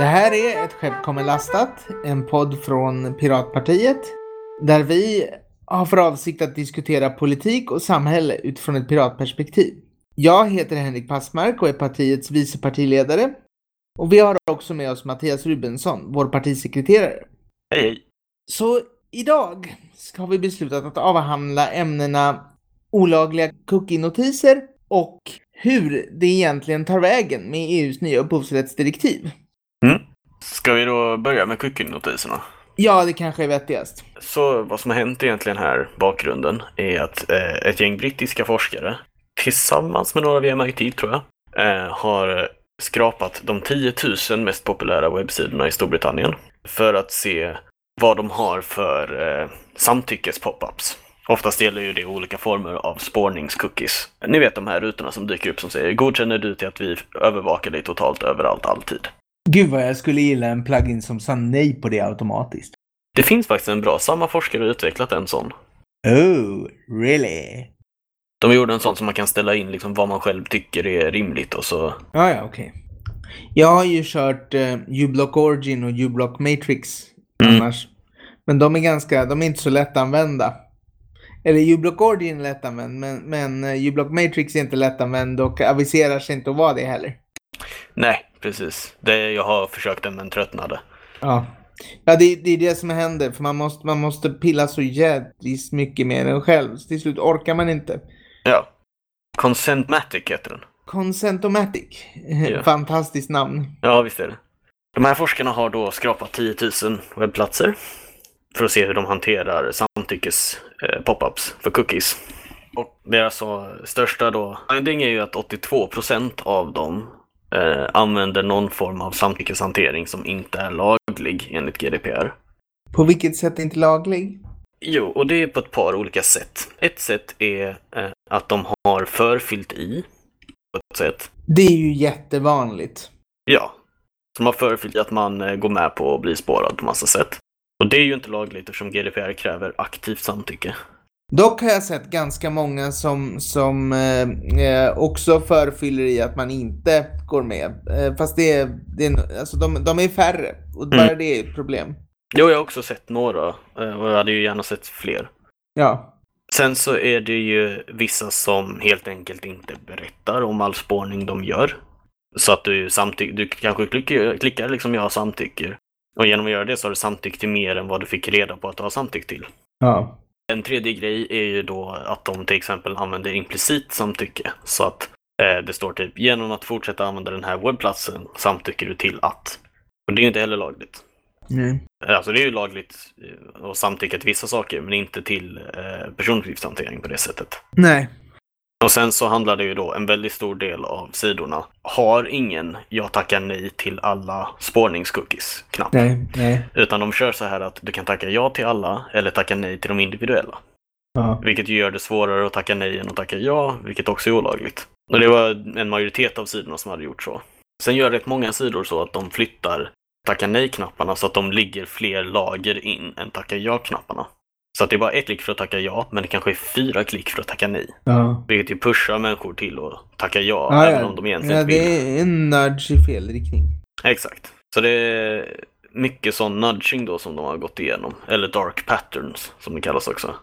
är Ett skepp kommer lastat, en podd från Piratpartiet, där vi har för avsikt att diskutera politik och samhälle utifrån ett piratperspektiv. Jag heter Henrik Passmark och är partiets vice partiledare. Och vi har också med oss Mattias Rubensson, vår partisekreterare. Hej, hej. Så idag ska vi beslutat att avhandla ämnena olagliga cookie-notiser och hur det egentligen tar vägen med EUs nya upphovsrättsdirektiv. Ska vi då börja med cookie-notiserna? Ja, det kanske är vettigast. Så vad som har hänt egentligen här, bakgrunden, är att eh, ett gäng brittiska forskare tillsammans med några vid MIT tror jag, eh, har skrapat de 10 000 mest populära webbsidorna i Storbritannien för att se vad de har för eh, samtyckes-popups. Oftast gäller ju det olika former av spårningscookies. Ni vet de här rutorna som dyker upp som säger “Godkänner du till att vi övervakar dig totalt överallt, alltid?” Gud vad jag skulle gilla en plugin som sa nej på det automatiskt. Det finns faktiskt en bra, samma forskare har utvecklat en sån. Oh, really? De gjorde en sån som man kan ställa in liksom vad man själv tycker är rimligt och så... Ja, ja, okej. Jag har ju kört eh, uBlock Origin och uBlock Matrix Mm. annars. Men de är ganska, de är inte så lättanvända. Eller uBlock Origin är lättanvänd, men, men eh, uBlock Matrix är inte lättanvänd och aviserar sig inte att vara det heller. Nej, precis. Det jag har försökt den men tröttnade. Ja. Ja, det, det är det som händer, för man måste, man måste pilla så jädrigt mycket med den själv, så till slut orkar man inte. Ja. Consentmatic heter den. Consentomatic. Eh, Ja. Fantastiskt namn. Ja, visst är det. De här forskarna har då skrapat 10 000 webbplatser för att se hur de hanterar samtyckes eh, popups för cookies. Och deras så största då, finding är ju att 82 procent av dem eh, använder någon form av samtyckeshantering som inte är laglig enligt GDPR. På vilket sätt inte laglig? Jo, och det är på ett par olika sätt. Ett sätt är eh, att de har förfyllt i. På ett sätt. Det är ju jättevanligt. Ja. Som har förfyllt i att man eh, går med på att bli spårad på massa sätt. Och det är ju inte lagligt eftersom GDPR kräver aktivt samtycke. Dock har jag sett ganska många som, som eh, eh, också förfyller i att man inte går med. Eh, fast det är, det är alltså de, de är färre och bara Mm. det är ett problem. Jo, jag har också sett några eh, och jag hade ju gärna sett fler. Ja, Sen så är det ju vissa som helt enkelt inte berättar om all spårning de gör. Så att du, samty- du kanske klickar, klickar liksom jag samtycker. Och genom att göra det så har du samtyckt till mer än vad du fick reda på att du har samtyckt till. ja, En tredje grej är ju då att de till exempel använder implicit samtycke. Så att eh, det står typ genom att fortsätta använda den här webbplatsen samtycker du till att. Och det är ju inte heller lagligt. nej. Eh, Alltså det är ju lagligt eh, att samtycka till vissa saker men inte till eh, personuppgiftshantering på det sättet. nej. Och sen så handlar det ju då, en väldigt stor del av sidorna har ingen jag tackar nej till alla spårningscookies knapp. Nej, nej, Utan de kör så här att du kan tacka ja till alla eller tacka nej till de individuella. ja. Vilket ju gör det svårare att tacka nej än att tacka ja, vilket också är olagligt. Och det var en majoritet av sidorna som hade gjort så. Sen gör rätt många sidor så att de flyttar tacka nej-knapparna så att de ligger fler lager in än tacka ja-knapparna. Så att det är bara ett klick för att tacka ja, men det kanske är fyra klick för att tacka nej. ja. Vilket ju pushar människor till att tacka ja, Ja, även ja. om de egentligen ja inte vill. det är en nudge i fel riktning. Exakt. Så det är mycket sån nudging då som de har gått igenom. Eller dark patterns, som det kallas också.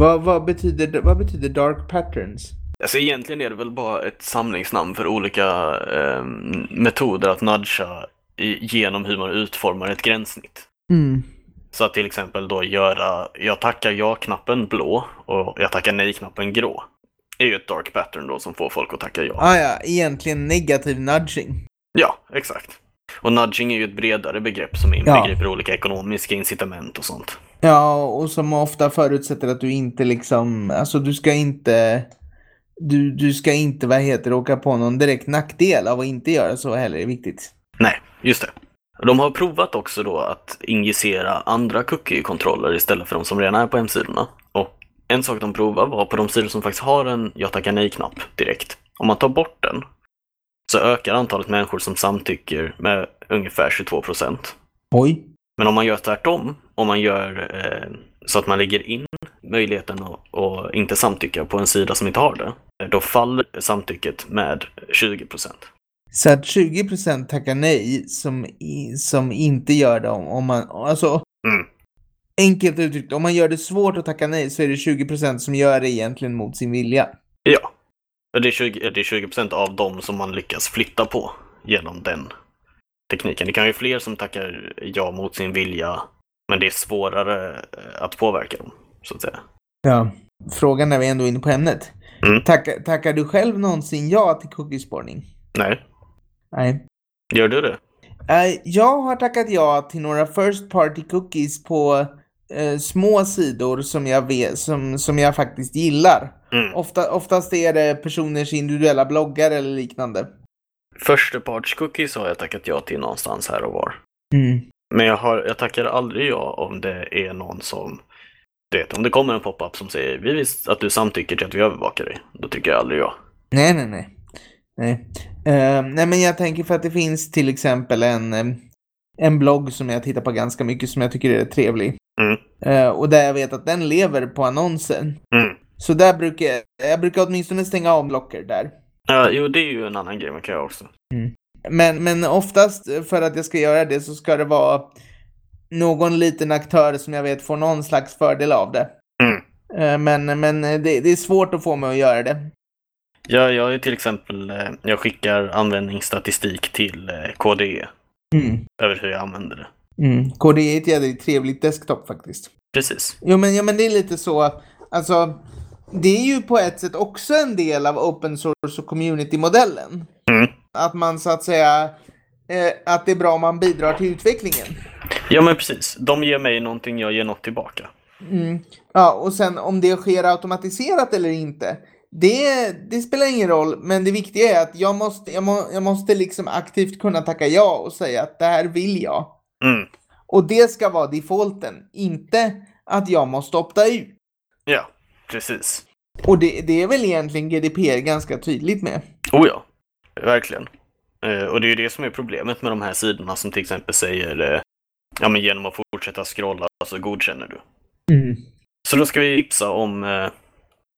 Vad, vad, betyder, vad betyder dark patterns? Alltså egentligen är det väl bara ett samlingsnamn för olika eh, metoder att nudga i, genom hur man utformar ett gränssnitt. Mm. Så att till exempel då göra jag tackar ja-knappen blå och jag tackar nej-knappen grå. är ju ett dark pattern då som får folk att tacka ja. Ah, ja, egentligen negativ nudging. Ja, exakt. Och nudging är ju ett bredare begrepp som inbegriper olika ekonomiska incitament och sånt. Ja, och som ofta förutsätter att du inte liksom, alltså du ska inte, du, du ska inte, vad heter det, åka på någon direkt nackdel av att inte göra så heller, är viktigt. Nej, just det. De har provat också då att injicera andra cookie-kontroller istället för de som redan är på hemsidorna. Och en sak de provade var på de sidor som faktiskt har en jag tackar nej-knapp direkt. Om man tar bort den så ökar antalet människor som samtycker med ungefär 22 procent. Oj. Men om man gör tvärtom, om man gör eh, så att man lägger in möjligheten att, att inte samtycka på en sida som inte har det, då faller samtycket med 20 procent. Så att 20% tackar nej som, i, som inte gör det om, om man, alltså Mm. enkelt uttryckt, om man gör det svårt att tacka nej så är det 20% som gör det egentligen mot sin vilja. Ja. Det är 20, det är 20 av dem som man lyckas flytta på genom den tekniken. Det kan ju fler som tackar ja mot sin vilja, men det är svårare eh, att påverka dem, så att säga. Ja. Frågan när vi ändå är inne på ämnet. Mm. Tackar, tackar du själv någonsin ja till cookiespårning? Nej. Nej. Gör du det? Eh, Jag har tackat ja till några first party cookies på eh, små sidor som jag, vet, som, som jag faktiskt gillar. Mm. Ofta, oftast är det personers individuella bloggar eller liknande. Förstepartscookies har jag tackat ja till någonstans här och var. Men jag, har, jag tackar aldrig ja om det är någon som... Du vet, om det kommer en pop-up som säger vi vill att du samtycker till att vi övervakar dig. Då tycker jag aldrig ja. Nej, nej, nej. Nej. Eh, nej, men jag tänker för att det finns till exempel en, eh, en blogg som jag tittar på ganska mycket som jag tycker är trevlig. Mm. Eh, och där jag vet att den lever på annonsen. Mm. Så där brukar jag, jag brukar åtminstone stänga av blocker där. Ja, jo, det är ju en annan grej man kan göra också. Men, men oftast eh, för att jag ska göra det så ska det vara någon liten aktör som jag vet får någon slags fördel av det. Mm. Eh, Men, men eh, det, det är svårt att få mig att göra det. Jag, jag är till exempel, eh, jag skickar användningsstatistik till eh, KDE över hur jag använder det. Mm. KDE är ett jävligt trevligt desktop faktiskt. Precis. Jo men, ja, men det är lite så, alltså det är ju på ett sätt också en del av open source och community-modellen. Mm. Att man så att säga, eh, att det är bra om man bidrar till utvecklingen. Ja, men precis. De ger mig någonting, jag ger något tillbaka. Mm. Ja, och sen om det sker automatiserat eller inte, det, det spelar ingen roll. Men det viktiga är att jag måste, jag, må, jag måste liksom aktivt kunna tacka ja och säga att det här vill jag. Mm. Och det ska vara defaulten, inte att jag måste opta ut. Ja, precis. Och det, det är väl egentligen GDPR ganska tydligt med. Oh ja, verkligen. Eh, och det är ju det som är problemet med de här sidorna som till exempel säger eh, ja, men genom att fortsätta scrolla så godkänner du. Mm. Så då ska vi tipsa om, eh,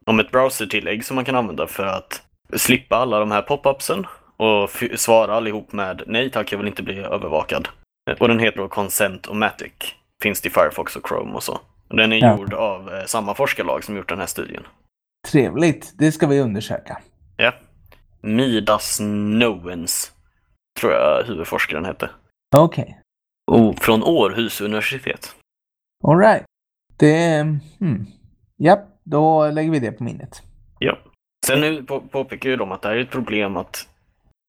om ett browsertillägg som man kan använda för att slippa alla de här pop-upsen och fy- svara allihop med nej tack, jag vill inte bli övervakad. Eh, Och den heter då Consent och Matic. Finns det i Firefox och Chrome och så. Och Den är Ja. gjord av eh, samma forskarlag som gjort den här studien. Trevligt, det ska vi undersöka. Ja. Midas Nowens, tror jag huvudforskaren hette. Okej, okay. Oh, från Århus universitet. alright. Det... Hmm. Japp, då lägger vi det på minnet. Ja. Sen nu på, påpekar ju de att det här är ett problem att,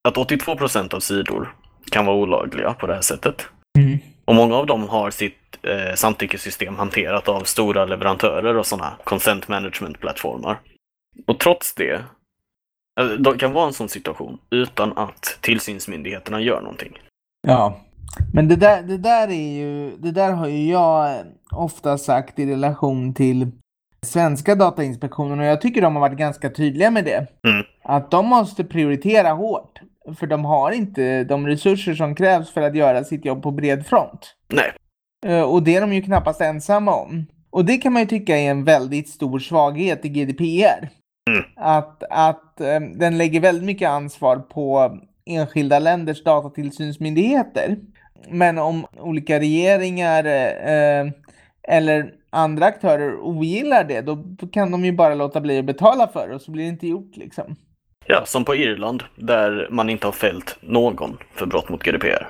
att 82 procent av sidor kan vara olagliga på det här sättet. Mm. Och många av dem har sitt eh, samtyckessystem hanterat av stora leverantörer och sådana consent management-plattformar. Och trots det, eh, det kan vara en sån situation utan att tillsynsmyndigheterna gör någonting. Ja. Men det där, det där är ju, det där har ju jag eh, ofta sagt i relation till svenska datainspektionen och jag tycker de har varit ganska tydliga med det. Mm. Att de måste prioritera hårt. För de har inte de resurser som krävs för att göra sitt jobb på bred front. Nej. Eh, Och det är de ju knappast ensamma om. Och det kan man ju tycka är en väldigt stor svaghet i GDPR. Mm. Att, att eh, den lägger väldigt mycket ansvar på enskilda länders datatillsynsmyndigheter. Men om olika regeringar eh, eller andra aktörer ogillar det, då kan de ju bara låta bli att betala för det och så blir det inte gjort liksom. Ja, som på Irland, där man inte har fällt någon för brott mot GDPR.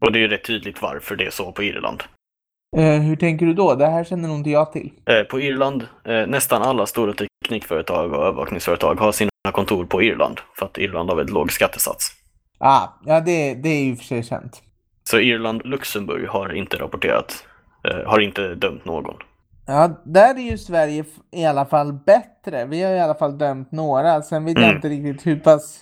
Och det är ju rätt tydligt varför det är så på Irland. Eh, hur tänker du då? Det här känner nog inte jag till. Eh, på Irland, eh, nästan alla stora teknikföretag och övervakningsföretag har sina kontor på Irland, för att Irland har väldigt låg skattesats. Ah, ja, det, det är ju för sig känt. Så Irland, Luxemburg har inte rapporterat, eh, har inte dömt någon. Ja, där är ju Sverige f- i alla fall bättre. Vi har i alla fall dömt några. Sen vet jag Mm. inte riktigt hur pass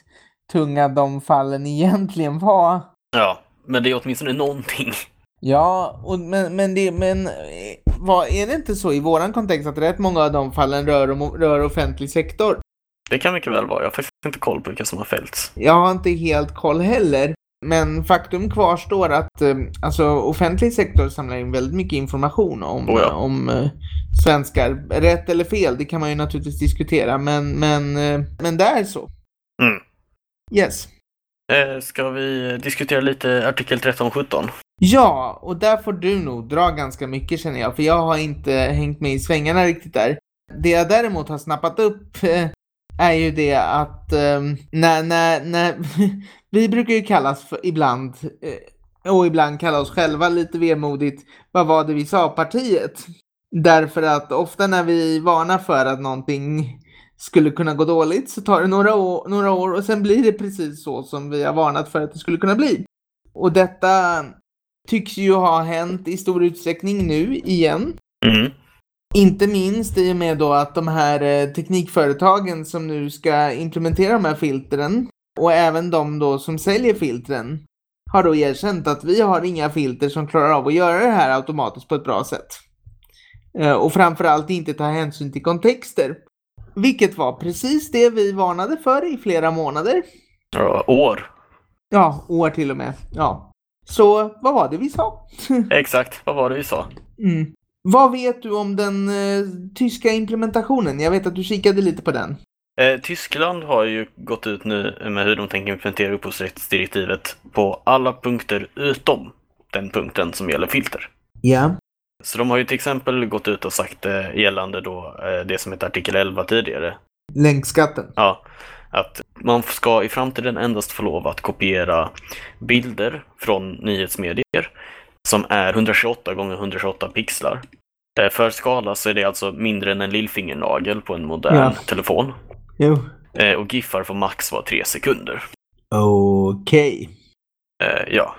tunga de fallen egentligen var. Ja, men det är åtminstone någonting. Ja, och, men, men, det, men eh, vad, är det inte så i våran kontext att rätt många av de fallen rör, om- rör offentlig sektor? Det kan mycket väl vara. Jag har faktiskt inte koll på vilka som har fällts. Jag har inte helt koll heller. Men faktum kvarstår att eh, alltså, offentlig sektor samlar in väldigt mycket information om, Oh ja. om eh, svenskar. Rätt eller fel, det kan man ju naturligtvis diskutera. Men, men, eh, men det är så. Mm. Yes. Eh, ska vi diskutera lite artikel 1317? Ja, och där får du nog dra ganska mycket känner jag, för jag har inte hängt med i svängarna riktigt där. Det jag däremot har snappat upp eh, är ju det att eh, när, när, när vi brukar ju kallas för ibland, eh, och ibland kalla oss själva lite vemodigt, vad var det vi sa, partiet? Därför att ofta när vi varnar för att någonting skulle kunna gå dåligt så tar det några år, några år och sen blir det precis så som vi har varnat för att det skulle kunna bli. Och detta tycks ju ha hänt i stor utsträckning nu igen. Mm. Inte minst i och med då att de här eh, teknikföretagen som nu ska implementera de här filtren och även de då som säljer filtren har då erkänt att vi har inga filter som klarar av att göra det här automatiskt på ett bra sätt. Eh, Och framförallt inte ta hänsyn till kontexter. Vilket var precis det vi varnade för i flera månader. Ja, år. Ja, år till och med. Ja. Så vad var det vi sa? Exakt, vad var det vi sa? Mm. Vad vet du om den eh, tyska implementationen? Jag vet att du kikade lite på den. Eh, Tyskland har ju gått ut nu med hur de tänker implementera upphovsrättsdirektivet på alla punkter utom den punkten som gäller filter. Ja. Så de har ju till exempel gått ut och sagt eh, gällande då eh, det som hette artikel 11 tidigare, Länkskatten. Ja, att man ska i framtiden endast få lov att kopiera bilder från nyhetsmedier som är 128 gånger 128 pixlar. Eh, För skala så är det alltså mindre än en lillfingernagel på en modern Ja. telefon. Jo. Eh, Och giffar får max vara tre sekunder. Okej. Eh, Ja,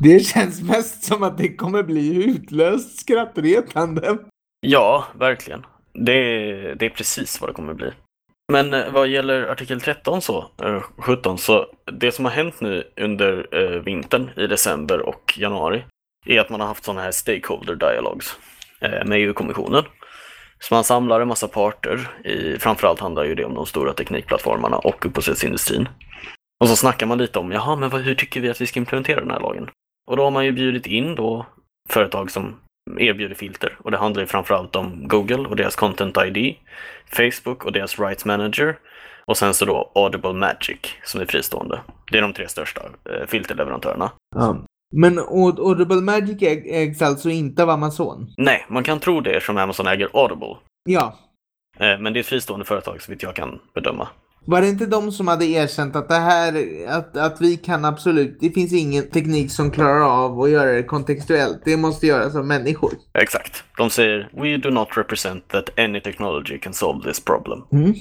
Det känns mest som att det kommer bli utlöst skrattretande. ja verkligen. Det, är- det är precis vad det kommer bli. Men eh, vad gäller artikel 13 så, eh, 17, så det som har hänt nu under eh, vintern i december och januari är att man har haft sådana här stakeholder dialogues eh, med EU-kommissionen. Så man samlar en massa parter, i, framförallt handlar ju det om de stora teknikplattformarna och upphovsrättsindustrin. Och så snackar man lite om, jaha, men vad, hur tycker vi att vi ska implementera den här lagen? Och då har man ju bjudit in då företag som erbjuder filter och det handlar ju framförallt om Google och deras Content ID, Facebook och deras Rights Manager och sen så då Audible Magic som är fristående. Det är de tre största eh, filterleverantörerna. Ja. Men Aud- Audible Magic äg- ägs alltså inte av Amazon? Nej, man kan tro det eftersom Amazon äger Audible. Ja. Eh, Men det är ett fristående företag så vitt jag kan bedöma. Var det inte de som hade erkänt att det här, att, att vi kan absolut, det finns ingen teknik som klarar av att göra det kontextuellt. Det måste göras av människor. Exakt. De säger “We do not represent that any technology can solve this problem Mm.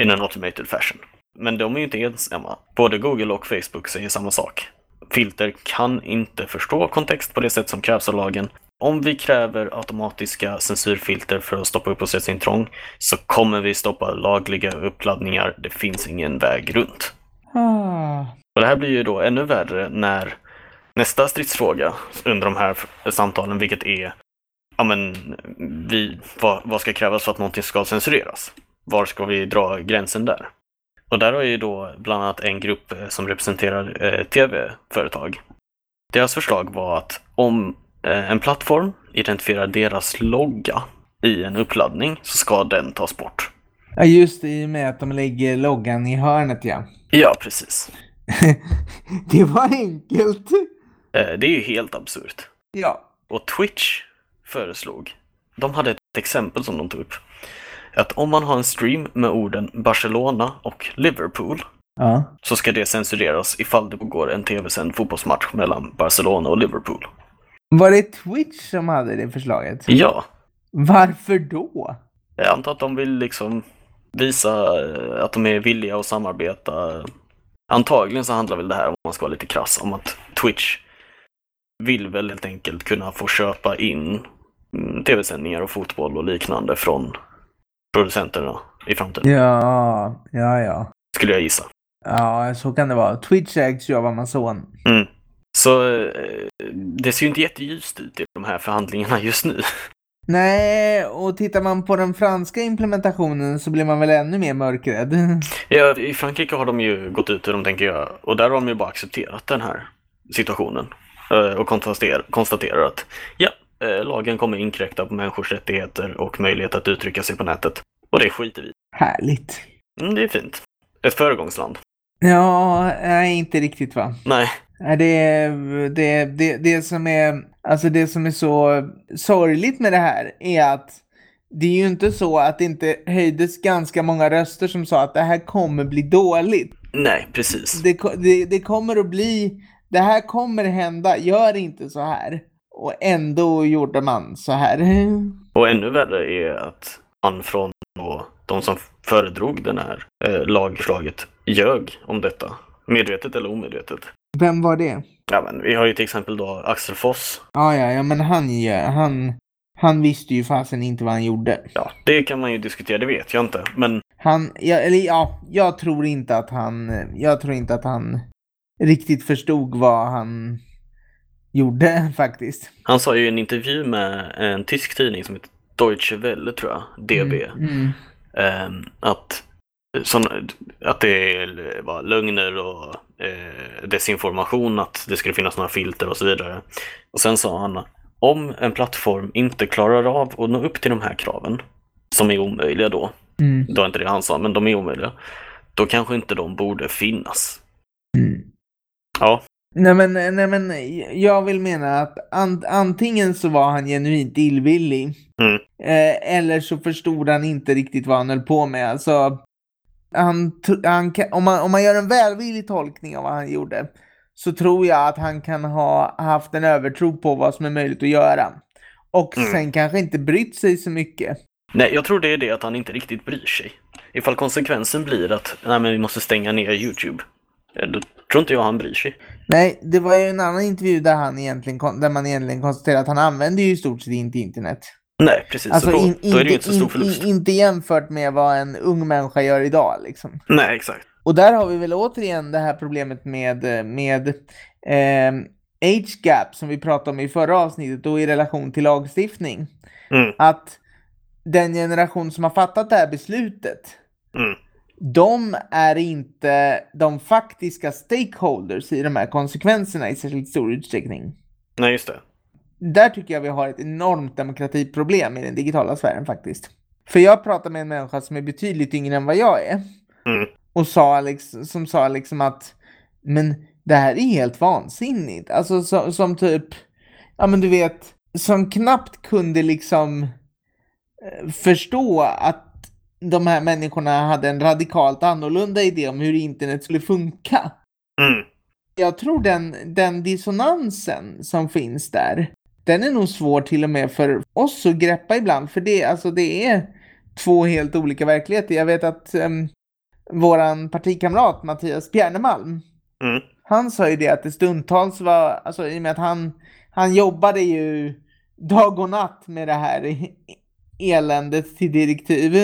in an automated fashion”. Men de är ju inte ensamma. Både Google och Facebook säger samma sak. Filter kan inte förstå kontext på det sätt som krävs av lagen. Om vi kräver automatiska censurfilter för att stoppa upphovsrättsintrång så kommer vi stoppa lagliga uppladdningar. Det finns ingen väg runt. Ah. Och det här blir ju då ännu värre när nästa stridsfråga under de här f- samtalen, vilket är ja, men, vi, vad, vad ska krävas för att någonting ska censureras? Var ska vi dra gränsen där? Och där har ju då bland annat en grupp eh, som representerar eh, tv-företag. Deras förslag var att om eh, en plattform identifierar deras logga i en uppladdning så ska den tas bort. Ja, just det, i och med att de lägger loggan i hörnet, ja. Ja, precis. det var enkelt. Eh, det är ju helt absurt. Ja. Och Twitch föreslog, de hade ett exempel som de tog upp, att om man har en stream med orden Barcelona och Liverpool Ja. så ska det censureras ifall det pågår en tv-sänd fotbollsmatch mellan Barcelona och Liverpool. Var det Twitch som hade det förslaget? Ja, Varför då? jag antar att de vill liksom visa eh, att de är villiga att samarbeta. Antagligen så handlar väl det här, om man ska vara lite krass, om att Twitch vill väl helt enkelt kunna få köpa in mm, tv-sändningar och fotboll och liknande från producenterna i framtiden, Ja, ja, ja. skulle jag gissa. Ja, så kan det vara. Twitch ägs ju av Amazon. Så eh, det ser ju inte jätteljust ut i de här förhandlingarna just nu. Nej, och tittar man på den franska implementationen så blir man väl ännu mer mörkrädd. Ja, I Frankrike har de ju gått ut hur de tänker göra och där har de ju bara accepterat den här situationen eh, och konstater- konstaterar att ja, eh, lagen kommer inkräkta på människors rättigheter och möjlighet att uttrycka sig på nätet. Och det skiter vi i. Härligt. mm, Det är fint. Ett föregångsland. Ja, nej, inte riktigt va. Nej, Nej, Det, är- det, det, det, som är, alltså det som är så sorgligt med det här är att det är ju inte så att det inte höjdes ganska många röster som sa att det här kommer bli dåligt. nej precis. Det, ko- det, det kommer att bli, det här kommer hända, gör inte så här. Och ändå gjorde man så här. Och ännu värre är att han från och de som föredrog den här eh, lagförslaget ljög om detta. Medvetet eller omedvetet. Vem var det? Ja, men vi har ju till exempel då Axel Foss. Ja, ja, ja, men han, gör- han, han visste ju fasen inte vad han gjorde. Ja, det kan man ju diskutera, det vet jag inte. Men Han, ja, eller ja, jag tror inte att han, jag tror inte att han riktigt förstod vad han gjorde faktiskt. han sa ju i en intervju med en tysk tidning som heter Deutsche Welle, tror jag, DB, Mm, mm. ehm, att, sån, att det var lögner och eh, desinformation, att det skulle finnas några filter och så vidare. Och sen sa han, om en plattform inte klarar av att nå upp till de här kraven, som är omöjliga då, Mm. det var inte det han sa, men de är omöjliga, då kanske inte de borde finnas. Mm. Ja, Nej men, nej men jag vill mena att an, antingen så var han genuint illvillig Mm. eh, eller så förstod han inte riktigt vad han höll på med. Alltså, han, tr- han, kan- om, man, om man gör en välvillig tolkning av vad han gjorde så tror jag att han kan ha haft en övertro på vad som är möjligt att göra. Och Mm. sen kanske inte brytt sig så mycket. Nej, jag tror det är det att han inte riktigt bryr sig. Ifall konsekvensen blir att nej, men vi måste stänga ner YouTube, eh, då tror inte jag han bryr sig. Nej, det var ju en annan intervju där, han egentligen, kon- där man egentligen konstaterade att han använde ju i stort sett inte internet. Nej, precis. Alltså så då, in, då är det inte- ju inte så stor in- förlust. in- inte jämfört med vad en ung människa gör idag liksom. Nej, exakt. Och där har vi väl återigen det här problemet med, med eh, age gap som vi pratade om i förra avsnittet och i relation till lagstiftning. Mm, Att den generation som har fattat det här beslutet, mm. de är inte de faktiska stakeholders i de här konsekvenserna i särskilt stor utsträckning. Nej, just det. Där tycker jag vi har ett enormt demokratiproblem i den digitala sfären faktiskt. För jag pratade med en människa som är betydligt yngre än vad jag är. Mm. Och sa liksom, som sa liksom att men det här är helt vansinnigt. Alltså som, som typ, ja men du vet, som knappt kunde liksom eh, förstå att de här människorna hade en radikalt annorlunda idé om hur internet skulle funka Mm. jag tror den, den dissonansen som finns där, den är nog svår till och med för oss att greppa ibland, för det, alltså, det är två helt olika verkligheter. Jag vet att um, våran partikamrat Mattias Bjärnemalm, Mm. han sa ju det att det stundtals var, alltså i och med att han, han jobbade ju dag och natt med det här eländet till direktiv.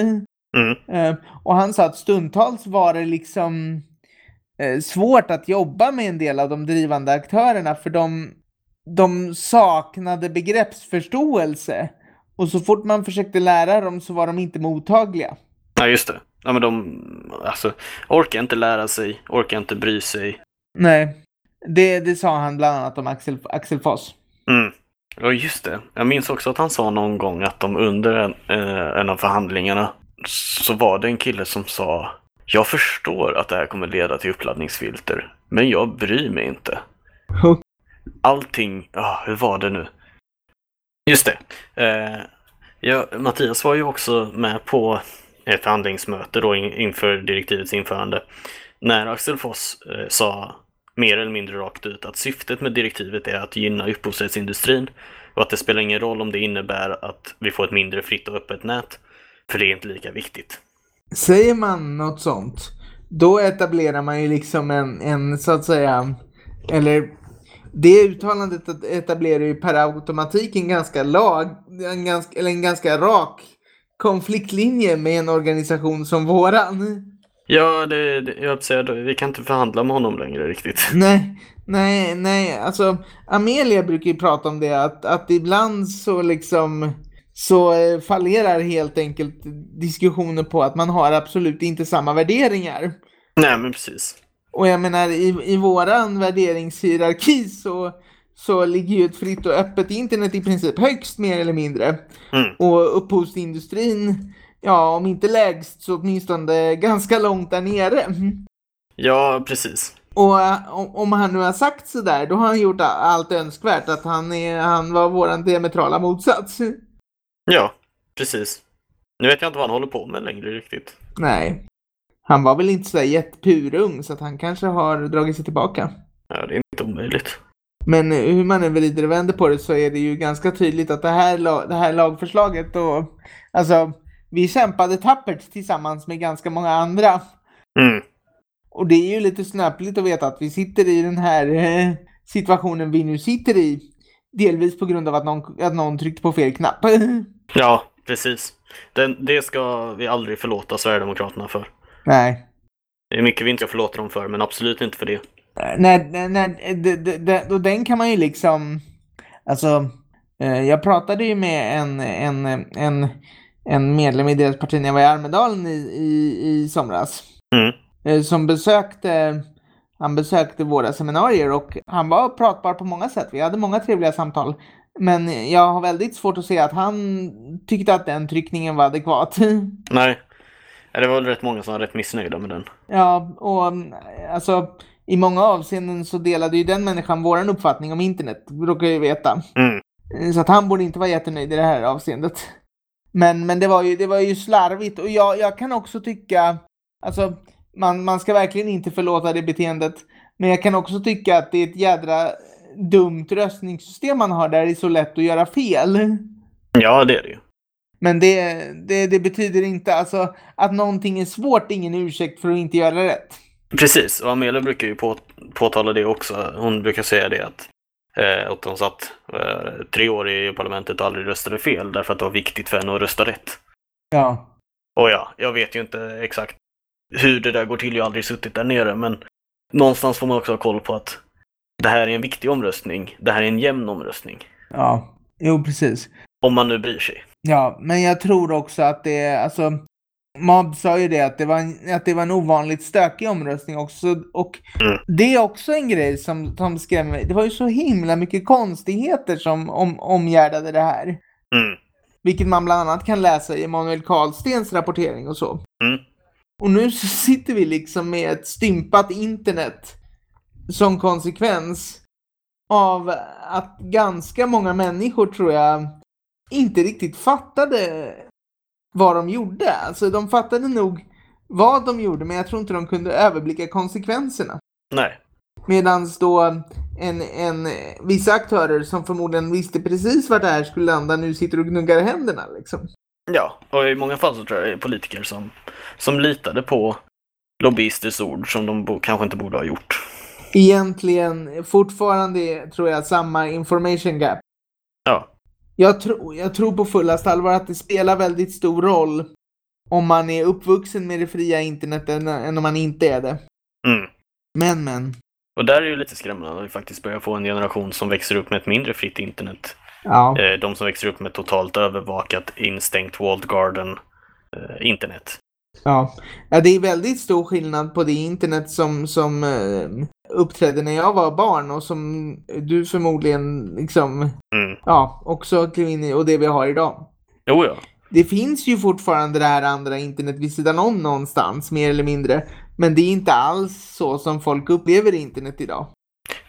Mm. Eh, Och han sa att stundtals var det liksom eh, svårt att jobba med en del av de drivande aktörerna för de, de saknade begreppsförståelse. Och så fort man försökte lära dem så var de inte mottagliga. Ja, just det. Ja, men de alltså, orkar inte lära sig, orkar inte bry sig. Nej, det, det sa han bland annat om Axel, Axel Foss. Mm. Ja, just det. Jag minns också att han sa någon gång att de under en, eh, en av förhandlingarna så var det en kille som sa Jag förstår att det här kommer leda till uppladdningsfilter, men jag bryr mig inte. Huh. Allting, ah, hur var det nu? Just det. Eh, ja, Mattias var ju också med på ett förhandlingsmöte då in, inför direktivets införande. När Axel Foss eh, sa mer eller mindre rakt ut att syftet med direktivet är att gynna upphovsrättsindustrin och att det spelar ingen roll om det innebär att vi får ett mindre fritt och öppet nät, för det är inte lika viktigt. Säger man något sånt, då etablerar man ju liksom en, en så att säga, eller det uttalandet att- etablerar ju per automatik en ganska lag, en ganska, eller en ganska rak konfliktlinje med en organisation som våran. Ja, det, det, jag höll på att säga, då- vi kan inte förhandla med honom längre riktigt. Nej, nej, nej, alltså Amelia brukar ju prata om det att, att ibland så liksom så eh, fallerar helt enkelt diskussioner på att man har absolut inte samma värderingar. Nej, men precis. Och jag menar i, i våran värderingshierarki så, så ligger ju ett fritt och öppet internet i princip högst mer eller mindre. Mm. Och upphovsindustrin, ja om inte lägst så åtminstone ganska långt där nere. Ja, precis. Och eh, om- om han nu har sagt sådär, då har han gjort a- allt önskvärt. Att han, är, han var våran diametrala motsats. Ja, precis. Nu vet jag inte vad han håller på med längre riktigt. Nej. Han var väl inte sådär jättepurung, så att han kanske har dragit sig tillbaka. Ja, det är inte omöjligt. Men eh, hur man än vrider och vänder på det så är det ju ganska tydligt att det här, la- det här lagförslaget och alltså, vi kämpade tappert tillsammans med ganska många andra. Mm. Och det är ju lite snöpligt att veta att vi sitter i den här eh, situationen vi nu sitter i. Delvis på grund av att någon, att någon tryckte på fel knapp. Ja, precis. Den, det ska vi aldrig förlåta Sverigedemokraterna för. Nej. Det är mycket vi inte ska förlåta dem för, men absolut inte för det. Nej, nej, nej det, det, det, och den kan man ju liksom, alltså, eh, jag pratade ju med en, en, en, en medlem i deras parti när jag var i Almedalen i, i, i somras. Mm. Eh, Som besökte, han besökte våra seminarier och han var pratbar på många sätt. Vi hade många trevliga samtal. Men jag har väldigt svårt att se att han tyckte att den tryckningen var adekvat. Nej. Ja, Det var väl rätt många som var rätt missnöjda med den. Ja, och mm, alltså i många avseenden så delade ju den människan våran uppfattning om internet, råkar jag ju veta. Mm. Eh, Så att han borde inte vara jättenöjd i det här avseendet. Men, men det, var ju, det var ju slarvigt och jag, jag kan också tycka, alltså man, man ska verkligen inte förlåta det beteendet. Men jag kan också tycka att det är ett jädra dumt röstningssystem man har där det är så lätt att göra fel. Ja, det är det ju. Men det, det, det betyder inte, alltså att någonting är svårt är ingen ursäkt för att inte göra rätt. Precis, och Amelia brukar ju på, påtala det också. Hon brukar säga det att, eh, att hon satt eh, tre år i parlamentet och aldrig röstade fel därför att det var viktigt för henne att rösta rätt. Ja. Och ja, jag vet ju inte exakt hur det där går till. Jag har aldrig suttit där nere, men någonstans får man också ha koll på att det här är en viktig omröstning. Det här är en jämn omröstning. Ja, jo precis. Om man nu bryr sig. Ja, men jag tror också att det, alltså, Mab sa ju det att det var en, att det var en ovanligt stökig omröstning också. Och Mm. det är också en grej som, som skrämmer mig. Det var ju så himla mycket konstigheter som om, omgärdade det här. Mm. Vilket man bland annat kan läsa i Emanuel Karlstens rapportering och så. Mm. Och nu så sitter vi liksom med ett stympat internet som konsekvens av att ganska många människor tror jag inte riktigt fattade vad de gjorde. Alltså de fattade nog vad de gjorde men jag tror inte de kunde överblicka konsekvenserna. Nej. Medan då en, en, vissa aktörer som förmodligen visste precis vart det här skulle landa nu sitter och gnuggar händerna liksom. Ja, och i många fall så tror jag det är politiker som, som litade på lobbyisters ord som de bo, kanske inte borde ha gjort. Egentligen fortfarande tror jag samma information gap. Ja. Jag, tror jag tror på fullaste allvar att det spelar väldigt stor roll om man är uppvuxen med det fria internet än, än om man inte är det. Mm. Men, men. Och där är det ju lite skrämmande att vi faktiskt börjar få en generation som växer upp med ett mindre fritt internet. Ja. Eh, De som växer upp med totalt övervakat, instängt walled garden eh, internet. Ja. ja, det är väldigt stor skillnad på det internet som, som eh, uppträdde när jag var barn och som du förmodligen liksom, Mm. ja, också klev in i och det vi har idag. Jo, ja. Det finns ju fortfarande det här andra internet vid sidan om någonstans, mer eller mindre. Men det är inte alls så som folk upplever internet idag.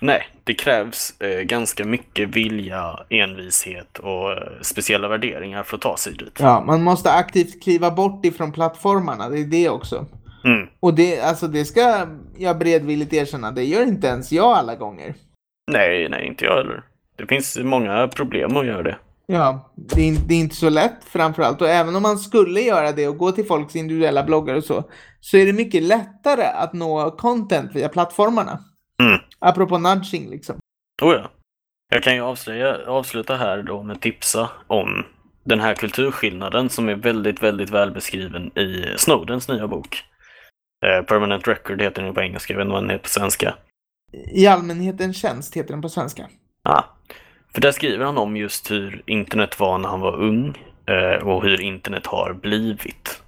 Nej, det krävs eh, ganska mycket vilja, envishet och eh, speciella värderingar för att ta sig dit. Ja, man måste aktivt kliva bort ifrån plattformarna, det är det också. Mm. Och det, alltså det ska jag bredvilligt erkänna, det gör inte ens jag alla gånger. Nej, nej, inte jag heller. Det finns många problem att göra det. Ja, det är, in- det är inte så lätt framförallt. Och även om man skulle göra det och gå till folks individuella bloggar och så, så är det mycket lättare att nå content via plattformarna. Mm. Apropå nudging liksom. Oh ja. Jag kan ju avslöja, avsluta här då med tipsa om den här kulturskillnaden som är väldigt, väldigt väl beskriven i Snowdens nya bok. Eh, Permanent Record heter den på engelska, jag vet inte vad den heter på svenska. I allmänhetens tjänst heter den på svenska. Ah. För där skriver han om just hur internet var när han var ung eh, och hur internet har blivit.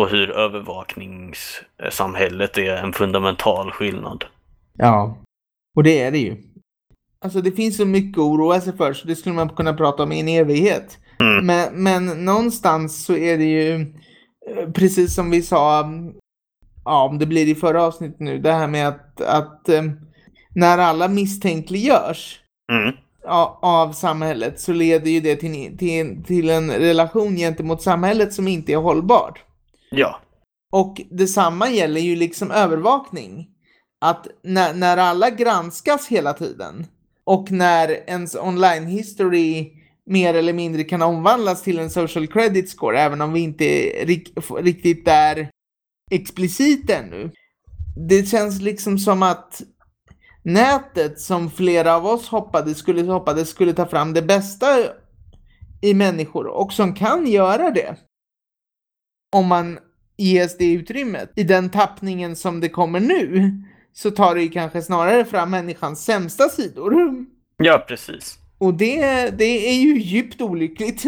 Och hur övervakningssamhället är en fundamental skillnad. Ja. Och det är det ju. Alltså det finns så mycket att oroa sig för så det skulle man kunna prata om i en evighet. Mm. Men, men någonstans så är det ju eh, precis som vi sa ja, om det blir i förra avsnittet nu, det här med att, att ehm, när alla misstänkliggörs Mm. a- av samhället så leder ju det till, till, till en relation gentemot samhället som inte är hållbar. Ja. Och detsamma gäller ju liksom övervakning. Att när, när alla granskas hela tiden och när ens online history mer eller mindre kan omvandlas till en social credit score, även om vi inte är rik, f- riktigt där explicit ännu. Det känns liksom som att nätet som flera av oss hoppades skulle, hoppades skulle ta fram det bästa i människor och som kan göra det. Om man ges det utrymmet. E I den tappningen som det kommer nu så tar det ju kanske snarare fram människans sämsta sidor. ja, precis. Och det, det är ju djupt olyckligt.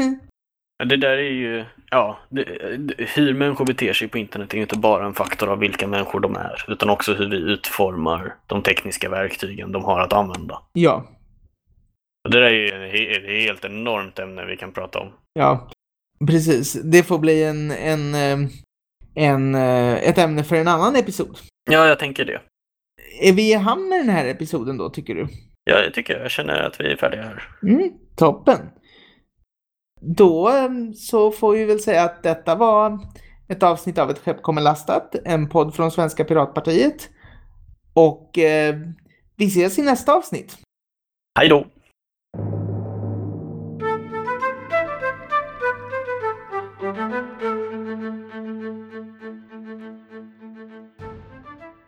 Ja, Det där är ju, ja, det, det- hur människor beter sig på internet är ju inte bara en faktor av vilka människor de är, utan också hur vi utformar de tekniska verktygen de har att använda. Ja, Och det där är ju en he- ett helt enormt ämne vi kan prata om. ja, precis. Det får bli en, en, eh, en, eh, ett ämne för en annan episod. Ja, jag tänker det. Är vi i hamn med den här episoden då, tycker du? Ja, jag tycker jag känner att vi är färdiga här. Mm, toppen. Då eh, så får vi väl säga att detta var ett avsnitt av Ett skepp kommer lastat, en podd från Svenska ehm, Piratpartiet. Och eh, vi ses i nästa avsnitt. Hej då!